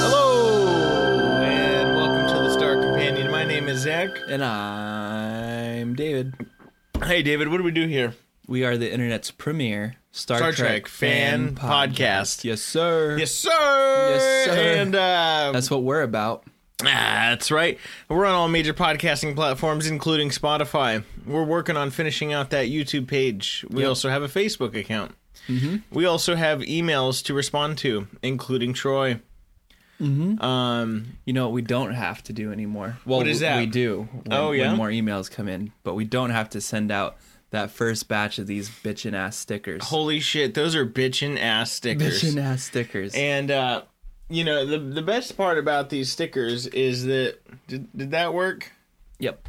Hello and welcome to the Star Companion. My name is Zach. And I'm David. Hey, David, what do we do here? We are the internet's premier Star, Star Trek, Trek fan podcast. Yes, sir. Yes, sir. Yes, sir. And uh, That's what we're about. Ah, that's right. We're on all major podcasting platforms, including Spotify. We're working on finishing out that YouTube page. We also have a Facebook account. Mm-hmm. We also have emails to respond to, including Troy. Mm-hmm. Um, You know what we don't have to do anymore. Well, What is that? we do. When, Oh, yeah? When more emails come in, but we don't have to send out that first batch of these bitchin' ass stickers. Holy shit, those are bitchin' ass stickers. bitchin' ass stickers. And uh, you know the the best part about these stickers is that did, did that work? yep.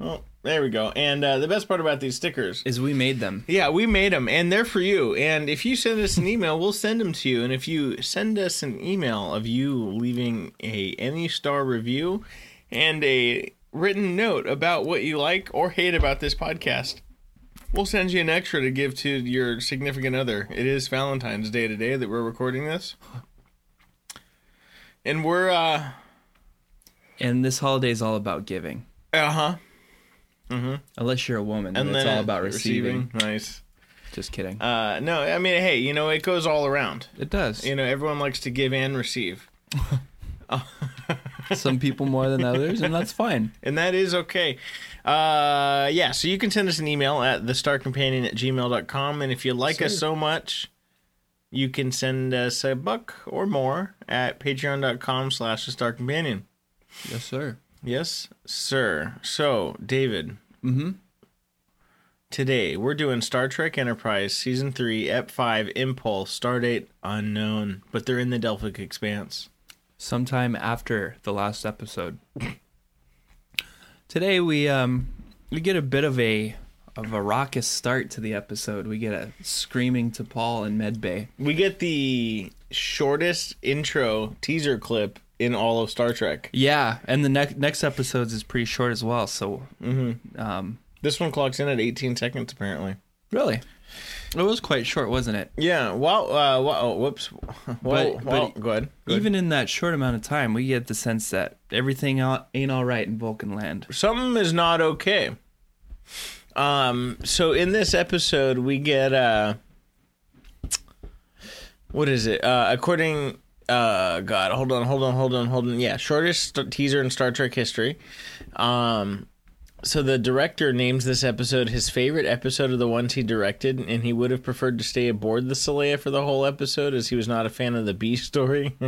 Oh, there we go. And uh, the best part about these stickers Is we made them. Yeah, we made them, and they're for you. And if you send us an email, we'll send them to you. And if you send us an email of you leaving a any star review and a written note about what you like or hate about this podcast, we'll send you an extra to give to your significant other. It is Valentine's Day today that we're recording this, and we're uh And this holiday is all about giving. uh huh, Unless you're a woman, then and it's then all about receiving. Nice. Just kidding. Uh, no, I mean, hey, you know, it goes all around. it does. You know, everyone likes to give and receive. Some people more than others, and that's fine. and that is okay. Uh, yeah, so you can send us an email at thestarcompanion at gmail.com. And if you like us so much, you can send us a buck or more at patreon.com slash the star companion. Yes, sir. Yes, sir. So, David, Mm-hmm. today we're doing Star Trek Enterprise Season 3, Ep 5, Impulse, Stardate Unknown, but they're in the Delphic Expanse. sometime after the last episode. Today we um we get a bit of a of a raucous start to the episode. We get a screaming to Paul in Medbay. We get the shortest intro teaser clip in all of Star Trek. Yeah, and the next next episodes is pretty short as well. So um This one clocks in at 18 seconds, apparently. really, it was quite short, wasn't it? Yeah. Well. Uh. Well. Oh, whoops. Well. But- well, but go ahead. Go ahead. Even in that short amount of time, we get the sense that everything al- ain't all right in Vulcan land. something is not okay. Um. So in this episode, we get uh. What is it? Uh. According. Uh. God. Hold on. Hold on. Hold on. Hold on. Yeah. Shortest st- teaser in Star Trek history. Um. So the director names this episode his favorite episode of the ones he directed, and he would have preferred to stay aboard the Saleya for the whole episode, as he was not a fan of the B story.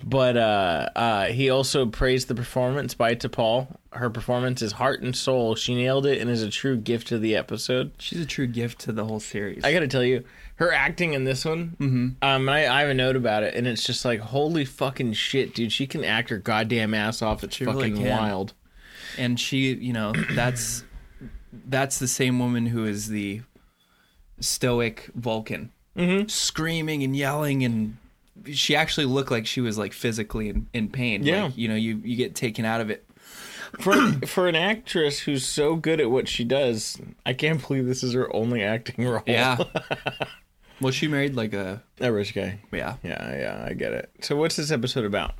But uh, uh, he also praised the performance by T'Pol. Her performance is heart and soul. She nailed it and is a true gift to the episode. She's a true gift to the whole series. I gotta tell you, her acting in this one, mm-hmm. um, and I, I have a note about it, and it's just like, holy fucking shit, dude. She can act her goddamn ass off. It's She really fucking can. wild. and she you know that's that's the same woman who is the stoic vulcan screaming and yelling and she actually looked like she was like physically in, in pain. Yeah. Like, you know, you you get taken out of it. for for an actress who's so good at what she does, I can't believe this is her only acting role. Yeah. well, she married like a a rich guy. yeah. Yeah, yeah, I get it. So what's this episode about?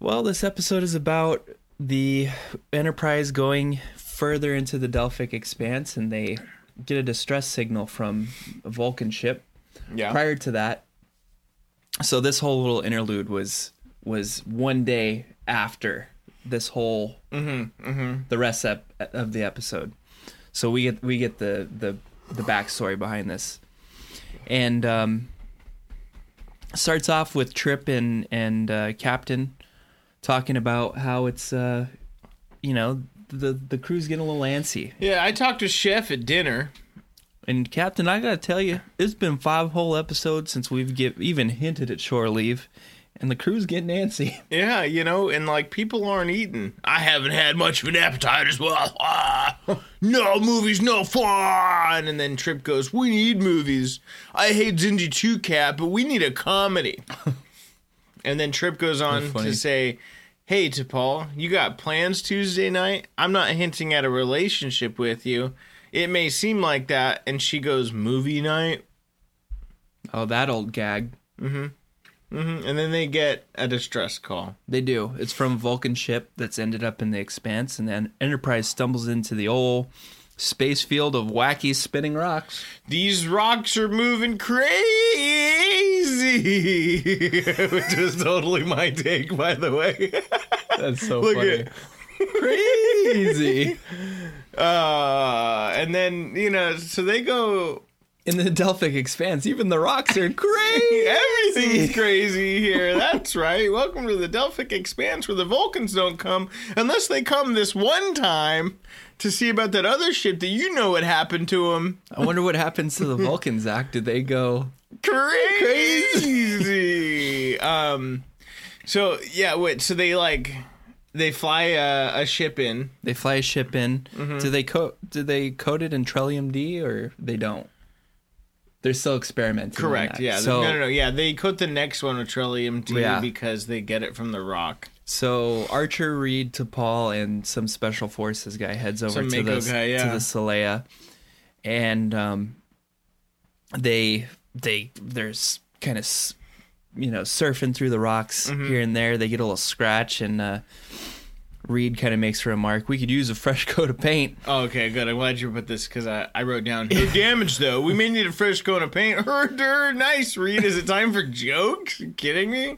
Well, this episode is about the Enterprise going further into the Delphic expanse, and they get a distress signal from a Vulcan ship. Yeah. Prior to that, so this whole little interlude was was one day after this whole the rest ep- of the episode. So we get we get the the the backstory behind this, and um, starts off with Trip and and uh, Captain talking about how it's uh, you know the the crew's getting a little antsy, Yeah, I talked to Chef at dinner. and Captain, I gotta tell you, it's been five whole episodes since we've get, even hinted at shore leave, and the crew's getting antsy. Yeah, you know, and like people aren't eating. I haven't had much of an appetite as well. Ah, no movies, no fun. And then Trip goes, "We need movies. I hate Zinji Two Cat, but we need a comedy." and then Trip goes on funny. to say, "Hey, T'Pol, you got plans Tuesday night? I'm not hinting at a relationship with you. It may seem like that." And she goes, "Movie night." Oh, that old gag. And then they get a distress call. They do. It's from a Vulcan ship that's ended up in the expanse, and then Enterprise stumbles into the old space field of wacky spinning rocks. These rocks are moving crazy, which is totally my take, by the way. That's so Look at crazy. uh, and then you know, so they go. In the Delphic expanse, even the rocks are crazy. Everything's crazy here. That's right. Welcome to the Delphic Expanse, where the Vulcans don't come unless they come this one time to see about that other ship that you know what happened to them. I wonder what happens to the Vulcans act. Did they go? crazy. um, so yeah, wait. So they like they fly a, a ship in. They fly a ship in. Mm-hmm. Do they co- do they code it in Trillium D or they don't? They're still experimenting. on Correct. that. Yeah. So no, no, no. Yeah, they coat the next one with Trillium T Yeah. because they get it from the rock. So Archer, Reed, to Paul, and some special forces guy heads over Some to the Mako guy, yeah. to the Saleya, and um, they they there's kind of you know surfing through the rocks Mm-hmm. here and there. They get a little scratch, and uh, Reed kind of makes a remark: "We could use a fresh coat of paint." Oh, Okay, good. I'm glad you put this because I, I wrote down no damage though. We may need a fresh coat of paint. Herder, nice read. Is it time for jokes? You kidding me?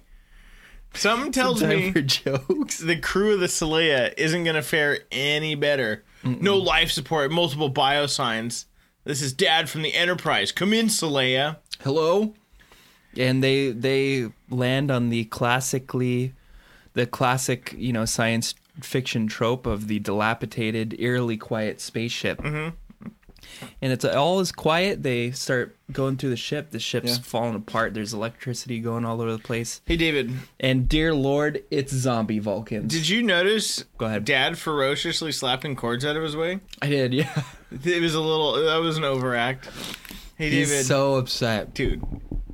Something tells Time me for jokes. the crew of the Saleya isn't going to fare any better. No life support, multiple biosigns. This is Dad from the Enterprise. Come in, Saleya. Hello. And they they land on the classically the classic, you know, science fiction trope of the dilapidated, eerily quiet spaceship. Mm-hmm. And it's all is quiet. They start going through the ship. The ship's falling apart. There's electricity going all over the place. Hey, David. And dear Lord, it's zombie Vulcans. Did you notice Go ahead. Dad ferociously slapping cords out of his way? I did, yeah. It was a little, that was an overact. Hey, He's David. so upset. Dude,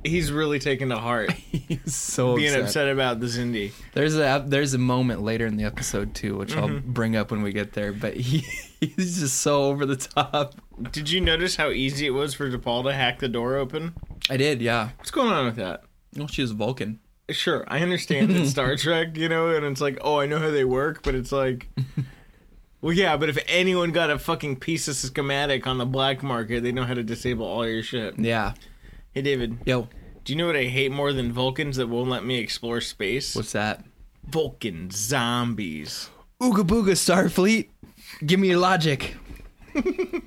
he's really taken to heart He's so being upset. upset about this indie. There's a there's a moment later in the episode too, which I'll bring up when we get there. But he he's just so over the top. Did you notice how easy it was for DePaul to hack the door open? I did, yeah. What's going on with that? Well, she was Vulcan. sure i understand that star trek you know and it's like oh i know how they work but it's like well yeah but if anyone got a fucking piece of schematic on the black market they know how to disable all your shit Yeah. hey david Yo, do you know what i hate more than vulcans that won't let me explore space what's that? vulcan zombies Ooga booga Starfleet. Give me your logic. hey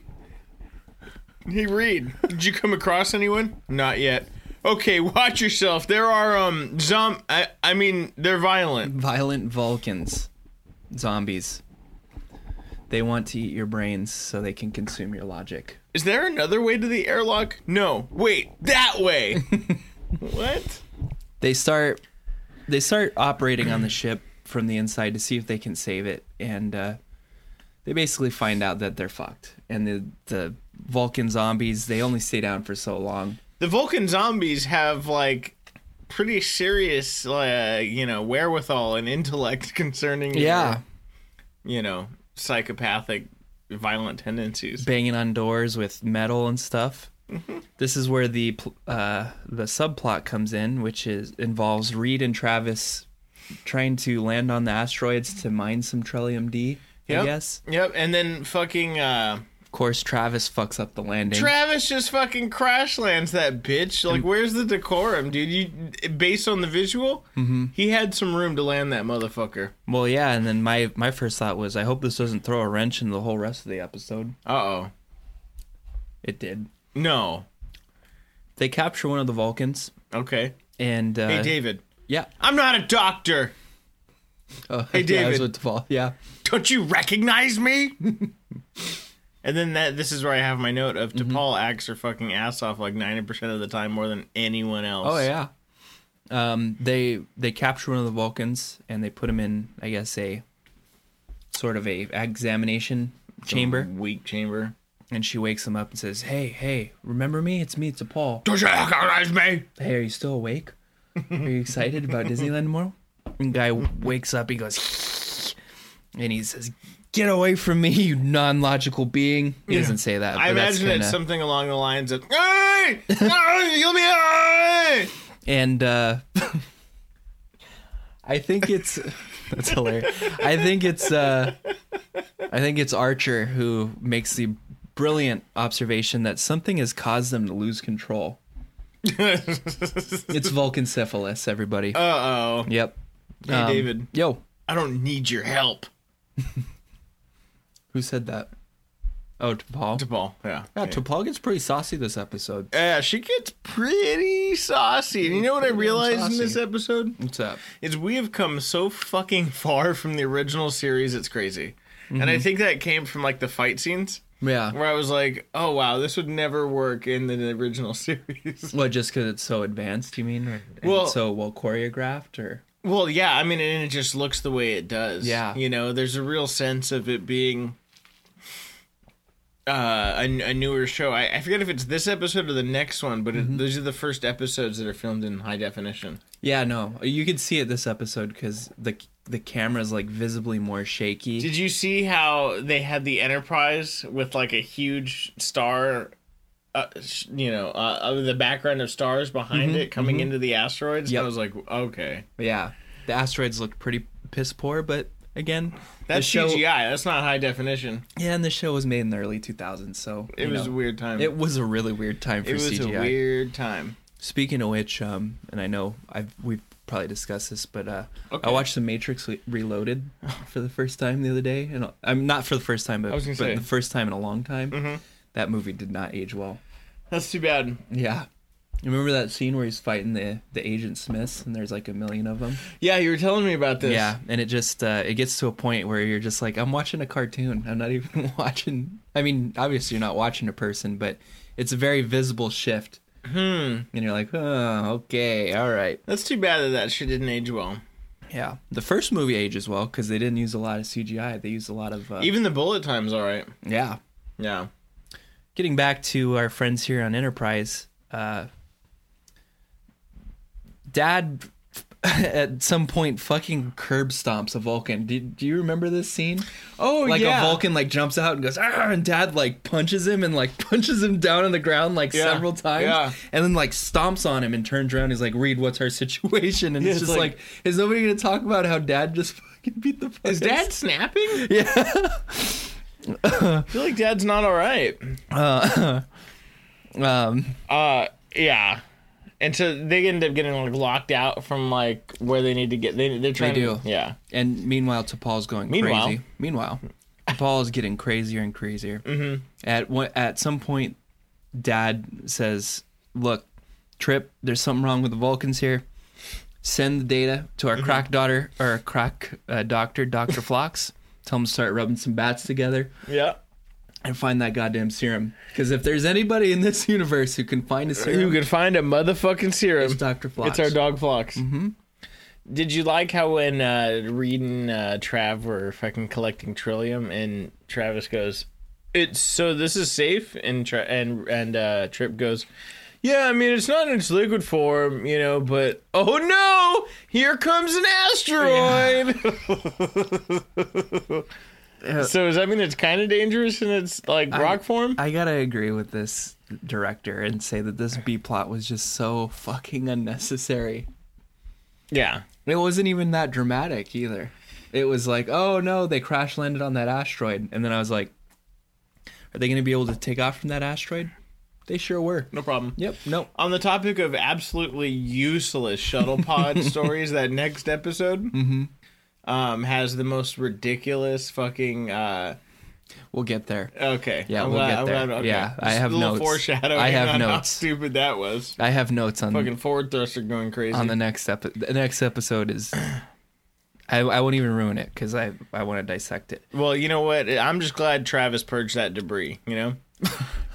reed did you come across anyone not yet okay watch yourself there are um zom i, I mean they're violent Violent Vulcans. Zombies. They want to eat your brains so they can consume your logic. Is there another way to the airlock? No. Wait, that way. what? they start they start operating on the ship from the inside to see if they can save it and uh, they basically find out that they're fucked and the the vulcan zombies they only stay down for so long The Vulcan zombies have like pretty serious, uh, you know, wherewithal and intellect concerning Yeah. your, you know, psychopathic, violent tendencies. banging on doors with metal and stuff. Mm-hmm. This is where the pl- uh, the subplot comes in, which is involves Reed and Travis trying to land on the asteroids to mine some Trillium D. I Yep. guess. Yep, and then fucking uh, Of course, Travis fucks up the landing. Travis just fucking crash lands that bitch. Like, where's the decorum, dude? You based on the visual, Mm-hmm. he had some room to land that motherfucker. well, yeah, and then my my first thought was, I hope this doesn't throw a wrench in the whole rest of the episode. Uh oh, It did. no. They capture one of the Vulcans, Okay, and uh, hey David, yeah, I'm not a doctor. Oh, Hey, yeah, that was David. what the Vul- yeah, Don't you recognize me? and then that this is where I have my note of Mm-hmm. DePaul acts her fucking ass off like ninety percent of the time more than anyone else. Oh yeah. Um, they they capture one of the Vulcans and they put him in, I guess, a sort of a examination chamber. weak chamber. And she wakes him up and says, "Hey, hey, remember me? It's me. It's Paul. Don't you recognize me? Hey, are you still awake? Are you excited about Disneyland tomorrow?" And guy wakes up. He goes, and he says, "Get away from me, you non-logical being." He doesn't say that. I but that's imagine kinda- it's something along the lines of "Hey, hey, you'll be alright." and uh I think it's that's hilarious. I think it's uh I think it's Archer who makes the brilliant observation that something has caused them to lose control. it's Vulcan syphilis, everybody. Uh oh. yep. Hey Um, David, Yo, I don't need your help. who said that? Oh, T'Pol. DePaul. Yeah. Yeah, T'Pol gets pretty saucy this episode. Yeah, she gets pretty saucy. And you know what I realized in this saucy. episode? What's up? is we have come so fucking far from the original series, it's crazy. And I think that came from like the fight scenes Yeah. where I was like, oh wow, this would never work in the original series. Well, just because it's so advanced, you mean? Or, and Well- so well choreographed, or well, yeah, I mean, and it just looks the way it does. Yeah. You know, there's a real sense of it being uh, a, a newer show. I, I forget if it's this episode or the next one, but it, those are the first episodes that are filmed in high definition. Yeah, no, you could see it this episode because the the camera's like visibly more shaky. Did you see how they had the Enterprise with like a huge star, uh, sh- you know, uh, of the background of stars behind it coming into the asteroids? And Mm-hmm, Yep. I was like, okay, yeah, the asteroids looked pretty piss poor, but again, the that's show, CGI. That's not high definition. Yeah, and the show was made in the early 2000s, so It you was know, a weird time. It was a really weird time for It was CGI. a weird time. Speaking of which, um, and I know I've we've probably discussed this, but uh, I watched The Matrix Re- Reloaded for the first time the other day, and I'm not for the first time, but, was gonna but say. Mm-hmm. the first time in a long time. That movie did not age well. That's too bad. Yeah. You remember that scene where he's fighting the the agent Smiths and there's like a million of them? Yeah, you were telling me about this. Yeah, and it just uh, it gets to a point where you're just like, I'm watching a cartoon. I'm not even watching. I mean, obviously you're not watching a person, but it's a very visible shift. Hmm. And you're like, oh, okay, all right. that's too bad that that shit didn't age well. Yeah. The first movie ages well because they didn't use a lot of CGI. They used a lot of uh, Even the bullet time's all right. yeah. Yeah. getting back to our friends here on Enterprise, uh, Dad at some point fucking curb stomps a Vulcan. Do, do you remember this scene? Oh like a Vulcan like jumps out and goes, "Arr," and Dad like punches him and like punches him down on the ground like Yeah, several times, yeah. and then like stomps on him and turns around. He's like, "Reed, what's our situation?" And it's it's just like, like- is nobody gonna talk about how Dad just fucking beat the? Is dad snapping? Yeah. I feel like dad's not all right. Um, Uh, Yeah. And so they end up getting like locked out from like where they need to get. They they're trying. do. To, yeah. And meanwhile, T'Pol's going Meanwhile. crazy. Meanwhile, T'Pol is getting crazier and crazier. Mm-hmm. At one, at some point, Dad says, "Look, Trip, there's something wrong with the Vulcans here. Send the data to our crack daughter or our crack uh, doctor, Doctor Flox. Tell him to start rubbing some bats together Yeah. and find that goddamn serum. Because if there's anybody in this universe who can find a serum, Who could find a motherfucking serum? it's Doctor Flox. It's our dog Flox. Mm-hmm. Did you like how when uh, Reed and uh, Trav were fucking collecting Trillium and Travis goes, "It's so this is safe," and Tra- and and uh, Trip goes, Yeah, I mean it's not in its liquid form, you know, but oh no, here comes an asteroid. so does that mean it's kind of dangerous in its like rock form? I gotta agree with this director and say that this B plot was just so fucking unnecessary. yeah. It wasn't even that dramatic either. It was like, oh no, they crash landed on that asteroid, and then I was like, are they gonna be able to take off from that asteroid? They sure were. No problem. Yep. No. On the topic of absolutely useless shuttle pod stories, that next episode Mm-hmm. um, has the most ridiculous fucking. Uh, We'll get there. okay, Yeah, I'm we'll glad- get I'm there. glad- okay. Yeah, I Just have a little notes. Foreshadowing I have on How notes. stupid that was. I have notes on Fucking forward thruster going crazy. on the next episode. The next episode is. I, I won't even ruin it because I, I want to dissect it. Well, you know what? I'm just glad Travis purged that debris, you know?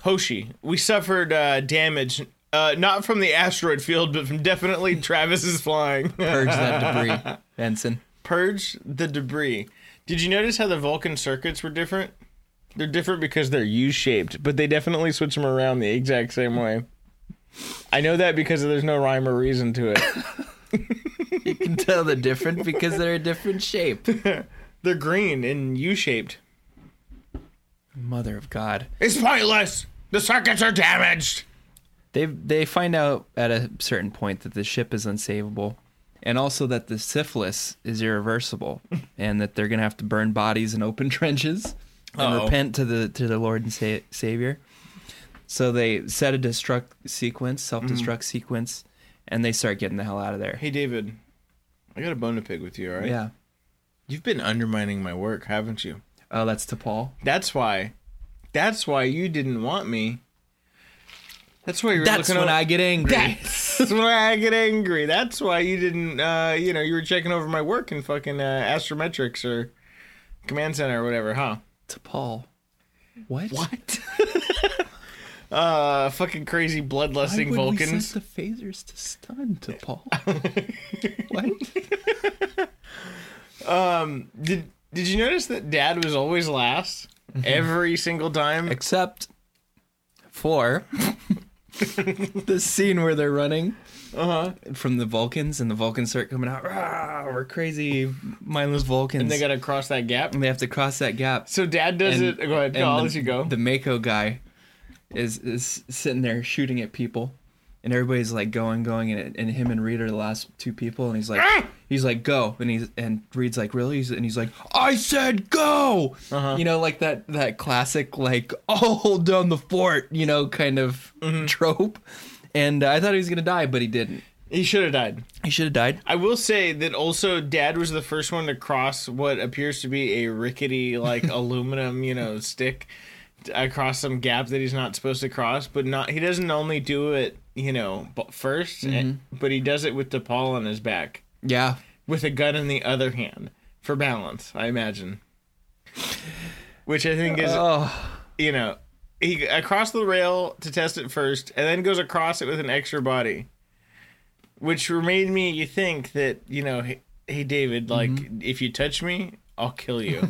Hoshi, we suffered uh, damage, uh, not from the asteroid field, but from definitely Travis's flying. Purge that debris, Benson. Purge the debris. Did you notice how the Vulcan circuits were different? They're different because they're U shaped, but they definitely switch them around the exact same way. I know that because there's no rhyme or reason to it. can tell the difference because they're a different shape. they're green and U shaped. Mother of God. It's pointless! The circuits are damaged! They they find out at a certain point that the ship is unsavable, and also that the syphilis is irreversible, and that they're gonna have to burn bodies in open trenches and repent to the to the Lord and sa- Savior. So they set a destruct sequence, self destruct sequence, and they start getting the hell out of there. Mm. Hey, David, I got a bone to pick with you, all right? Yeah. You've been undermining my work, haven't you? Oh, that's to Paul. That's why. That's why you didn't want me. That's why you're That's looking when o- I get angry. That's when I get angry. That's why you didn't. Uh, you know, you were checking over my work in fucking uh, Astrometrics or Command Center or whatever, huh? to Paul. What? What? uh, fucking crazy Why would bloodlusting we Vulcans. set the phasers to stun to Paul? what? Did Did you notice that Dad was always last Mm-hmm. every single time? except for the scene where they're running Uh-huh. from the Vulcans and the Vulcans start coming out. "Rah, we're crazy, mindless Vulcans. And they gotta cross that gap. And they have to cross that gap. So Dad does And- it. Go ahead. and I'll the, let you go. The Mako guy is is sitting there shooting at people, and everybody's like going, going, and, and him and Reed are the last two people, and he's like, Ah! he's like, go, and he's and Reed's like, really, He's- and he's like, I said go, Uh-huh. you know, like that that classic like, oh, hold down the fort, you know, kind of Mm-hmm. trope, and uh, I thought he was gonna die, but he didn't. he should have died. He should have died. I will say that also Dad was the first one to cross what appears to be a rickety like aluminum, you know, stick across some gap that he's not supposed to cross. But not he doesn't only do it, you know, bu- 1st but he does it with DePaul on his back Yeah, with a gun in the other hand for balance, I imagine. Which I think is, you know, he across the rail to test it first, and then goes across it with an extra body, which made me think that you know, hey, hey David, like if you touch me, I'll kill you.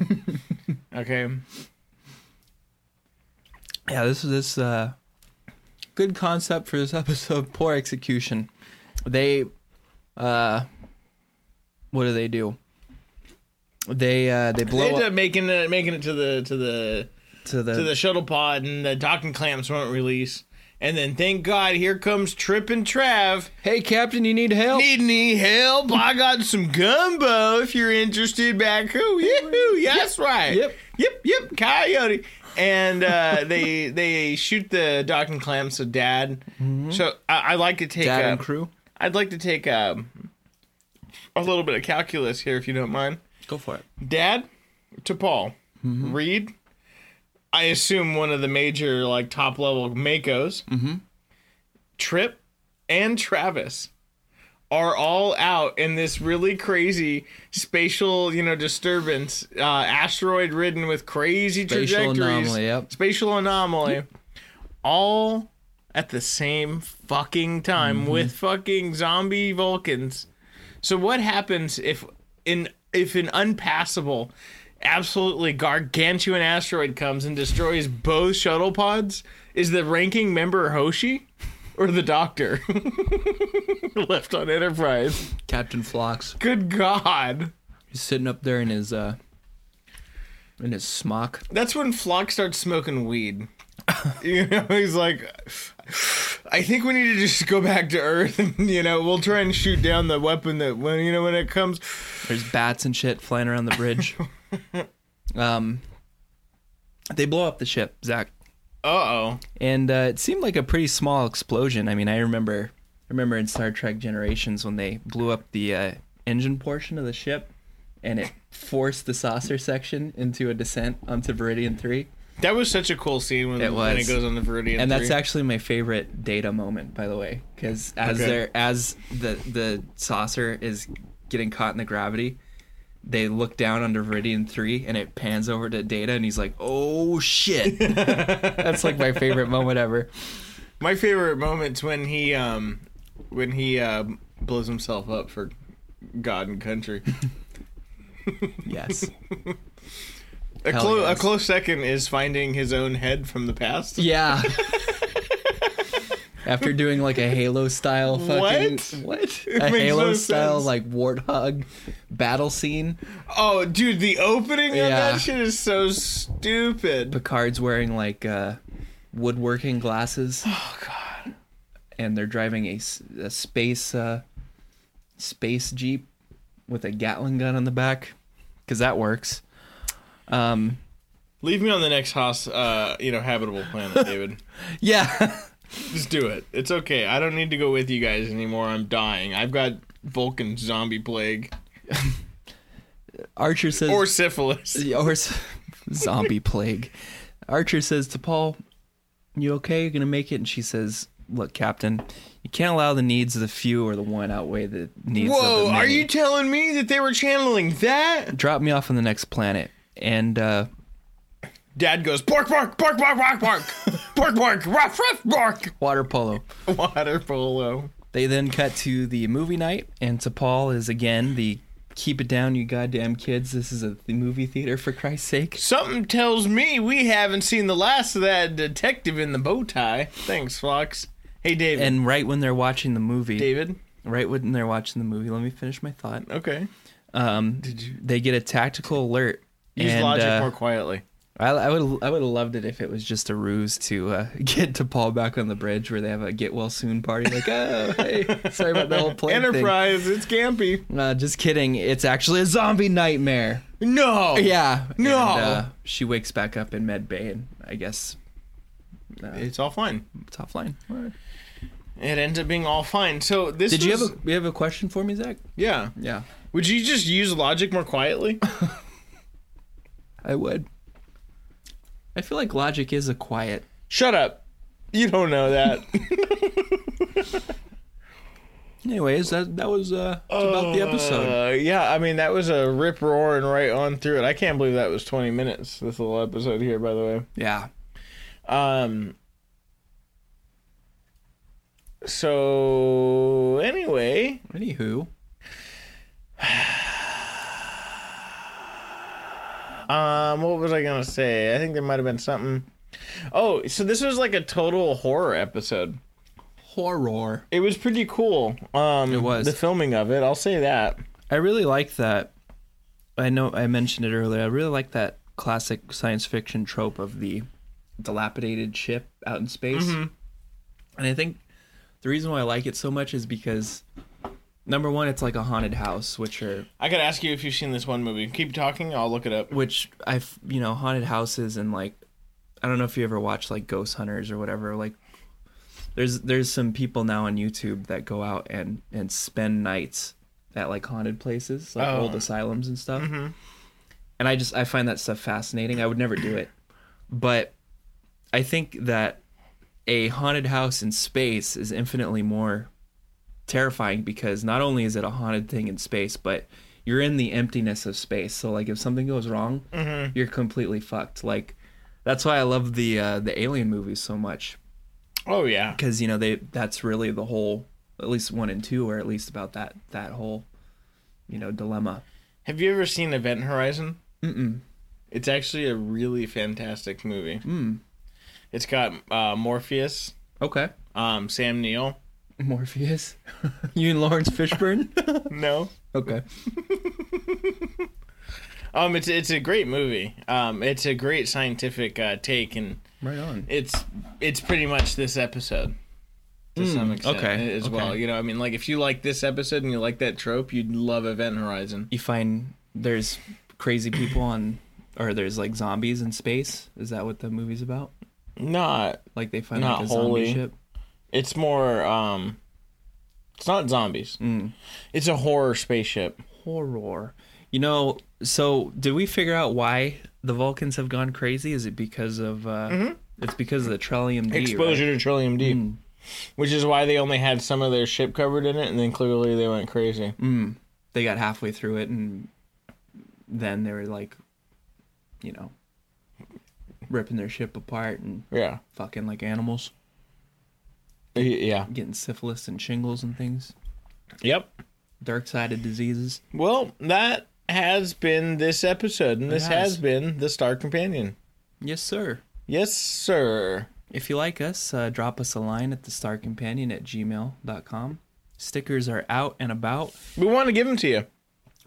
okay, yeah. This was this uh, good concept for this episode. Poor execution. They uh what do they do they uh they they blow ended up up making it making it to the to the to the, to the shuttle pod, and the docking clamps won't release. And then thank God here comes Trip and Trav. hey captain you need help Need any help? I got some gumbo if you're interested back home. Yahoo! Yeah, that's right. Yep. Yep. Yep. Coyote. And uh, they they shoot the docking clamp. So dad. So I, I like to take. Mm-hmm. dad uh, and crew I'd like to take um, a little bit of calculus here, if you don't mind. go for it Dad to Paul. Mm-hmm. Reed. I assume one of the major like top level Makos. Mm-hmm. Trip and Travis are all out in this really crazy spatial, you know, disturbance, uh, asteroid ridden with crazy Spatial trajectories, anomaly, yep. spatial anomaly, all at the same fucking time Mm-hmm. with fucking zombie Vulcans. So what happens if in if an unpassable, absolutely gargantuan asteroid comes and destroys both shuttle pods? Is the ranking member Hoshi? or the Doctor left on Enterprise. Captain Phlox. Good God. He's sitting up there in his uh in his smock. That's when Flock starts smoking weed. you know, he's like, I think we need to just go back to Earth, and you know, we'll try and shoot down the weapon that when you know when it comes. There's bats and shit flying around the bridge. um they blow up the ship, Zach. Uh oh. and uh, it seemed like a pretty small explosion. I mean, I remember, I remember in Star Trek Generations when they blew up the uh, engine portion of the ship, and it forced the saucer section into a descent onto Viridian Three. That was such a cool scene when It it, when it was. goes on the Viridian. And that's three. actually my favorite Data moment, by the way, because as Okay. they're as the the saucer is getting caught in the gravity. They look down under Viridian 3 and it pans over to Data and he's like, oh shit. That's like my favorite moment ever. my favorite moments when he um when he uh, blows himself up for God and country. Yes. A, Hell clo- a yes. close second is finding his own head from the past. Yeah. After doing like a Halo style fucking What? what? It a makes Halo no style sense. like warthog battle scene. Oh, dude, the opening of Yeah. that shit is so stupid. Picard's wearing like uh, woodworking glasses. Oh god. And they're driving a, s- a space uh, space jeep with a Gatling gun on the back because that works. Um, Leave me on the next house, uh, you know, habitable planet, David. yeah. Just do it. It's okay. I don't need to go with you guys anymore. I'm dying. I've got Vulcan zombie plague Archer says or syphilis. Yeah, or s- zombie plague. Archer says to Paul, "You okay? You gonna make it?" And she says, "Look, Captain, you can't allow the needs of the few or the one outweigh the needs of the Whoa, many. are you telling me that they were channeling that? Drop me off on the next planet." And uh, Dad goes, bark, bark, bark, bark, bark, bark, bark, bark, ruff, ruff, bark. water polo. Water polo. They then cut to the movie night, and to Paul is again the "Keep it down, you goddamn kids! This is a movie theater for Christ's sake." Something tells me we haven't seen the last of that detective in the bow tie. Thanks, Fox. Hey, David. And right when they're watching the movie, David. right when they're watching the movie, let me finish my thought. Okay. Um, They get a tactical alert. Use and, logic uh, more quietly. I, I would I would have loved it if it was just a ruse to uh, get to Paul back on the bridge where they have a get well soon party. Like, oh, hey, sorry about the whole plane Enterprise, it's Gampy. thing. Uh, just kidding. It's actually a zombie nightmare. No. Yeah. No. And, uh, she wakes back up in med bay, and I guess It's all fine. it's offline. It ends up being all fine. So this Did you have was- a you have a question for me, Zach? Yeah. Yeah, Would you just use logic more quietly? I would. I feel like logic is a quiet. Shut up. You don't know that. Anyways, that that was uh, that's about the episode. Uh, yeah, I mean that was a rip roaring right on through it. I can't believe that was 20 minutes. This little episode here, by the way. Yeah. Um. So anyway, Anywho, um, what was I gonna say? I think there might have been something. Oh, so this was like a total horror episode. horror. It was pretty cool. Um, It was. the filming of it. I'll say that. I really like that. I know I mentioned it earlier. I really like that classic science fiction trope of the dilapidated ship out in space. And I think the reason why I like it so much is because number one, it's like a haunted house, which are I gotta ask you if you've seen this one movie. Keep talking. I'll look it up. which I've you know haunted houses and like I don't know if you ever watched like Ghost Hunters or whatever. Like there's there's some people now on YouTube that go out and and spend nights at like haunted places, like old asylums and stuff. And I just I find that stuff fascinating. I would never do it, but I think that a haunted house in space is infinitely more terrifying because not only is it a haunted thing in space, but you're in the emptiness of space. So like if something goes wrong, you're completely fucked. Like that's why I love the uh, the alien movies so much Oh yeah. because you know they that's really the whole at least one and two are at least about that that whole you know dilemma. Have you ever seen Event Horizon? Mm-mm. It's actually Mm. a really fantastic movie. It's got uh, Morpheus Okay. Um, Sam Neill. Morpheus. you and Lawrence Fishburne. No. okay. Um, it's it's a great movie. Um, it's a great scientific uh, take, and Right on. it's it's pretty much this episode to some extent okay, as well. okay. You know, I mean, like if you like this episode and you like that trope, you'd love Event Horizon. You find there's crazy people on, or there's like zombies in space. Is that what the movie's about? Not Like they find Not like a wholly. zombie ship. It's more um it's not zombies. Mm. It's a horror spaceship. horror. You know, so did we figure out why the Vulcans have gone crazy? Is it because of uh it's because of the Trillium D? right? Mm-hmm. Mm. Exposure to Trillium D. Which is why they only had some of their ship covered in it and then clearly they went crazy. Mm. They got halfway through it and then they were like you know ripping their ship apart and Yeah. fucking like animals, Y- Yeah. getting syphilis and shingles and things. Yep. Dark sided diseases. Well, that has been this episode and this has. has been the Star Companion. Yes, sir. Yes, sir. If you like us, uh, drop us a line at the star companion at gmail.com. Stickers are out and about. We want to give them to you.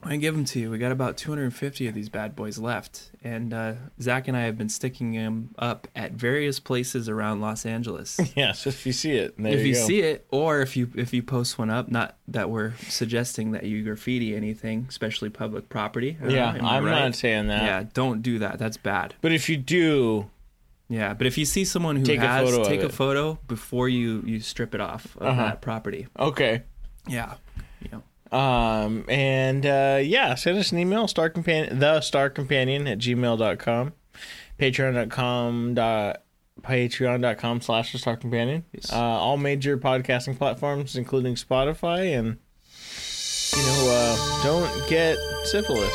I give them to you. We got about 250 of these bad boys left, and uh, Zach and I have been sticking them up at various places around Los Angeles. Yes, if you see it. There if you go. see it, or if you if you post one up, not that we're suggesting that you graffiti anything, especially public property. I don't Yeah, know, am I I'm right? not saying that. Yeah, don't do that. That's bad. But if you do, Yeah, but if you see someone who Take a has, photo of take a it. Uh-huh. photo before you you strip it off of that property. okay. Yeah, you know. Um, and uh, yeah, send us an email, star companion, the star companion at gmail.com, patreon.com dot patreon.com slash the star companion uh, all major podcasting platforms including spotify and you know uh, don't get syphilis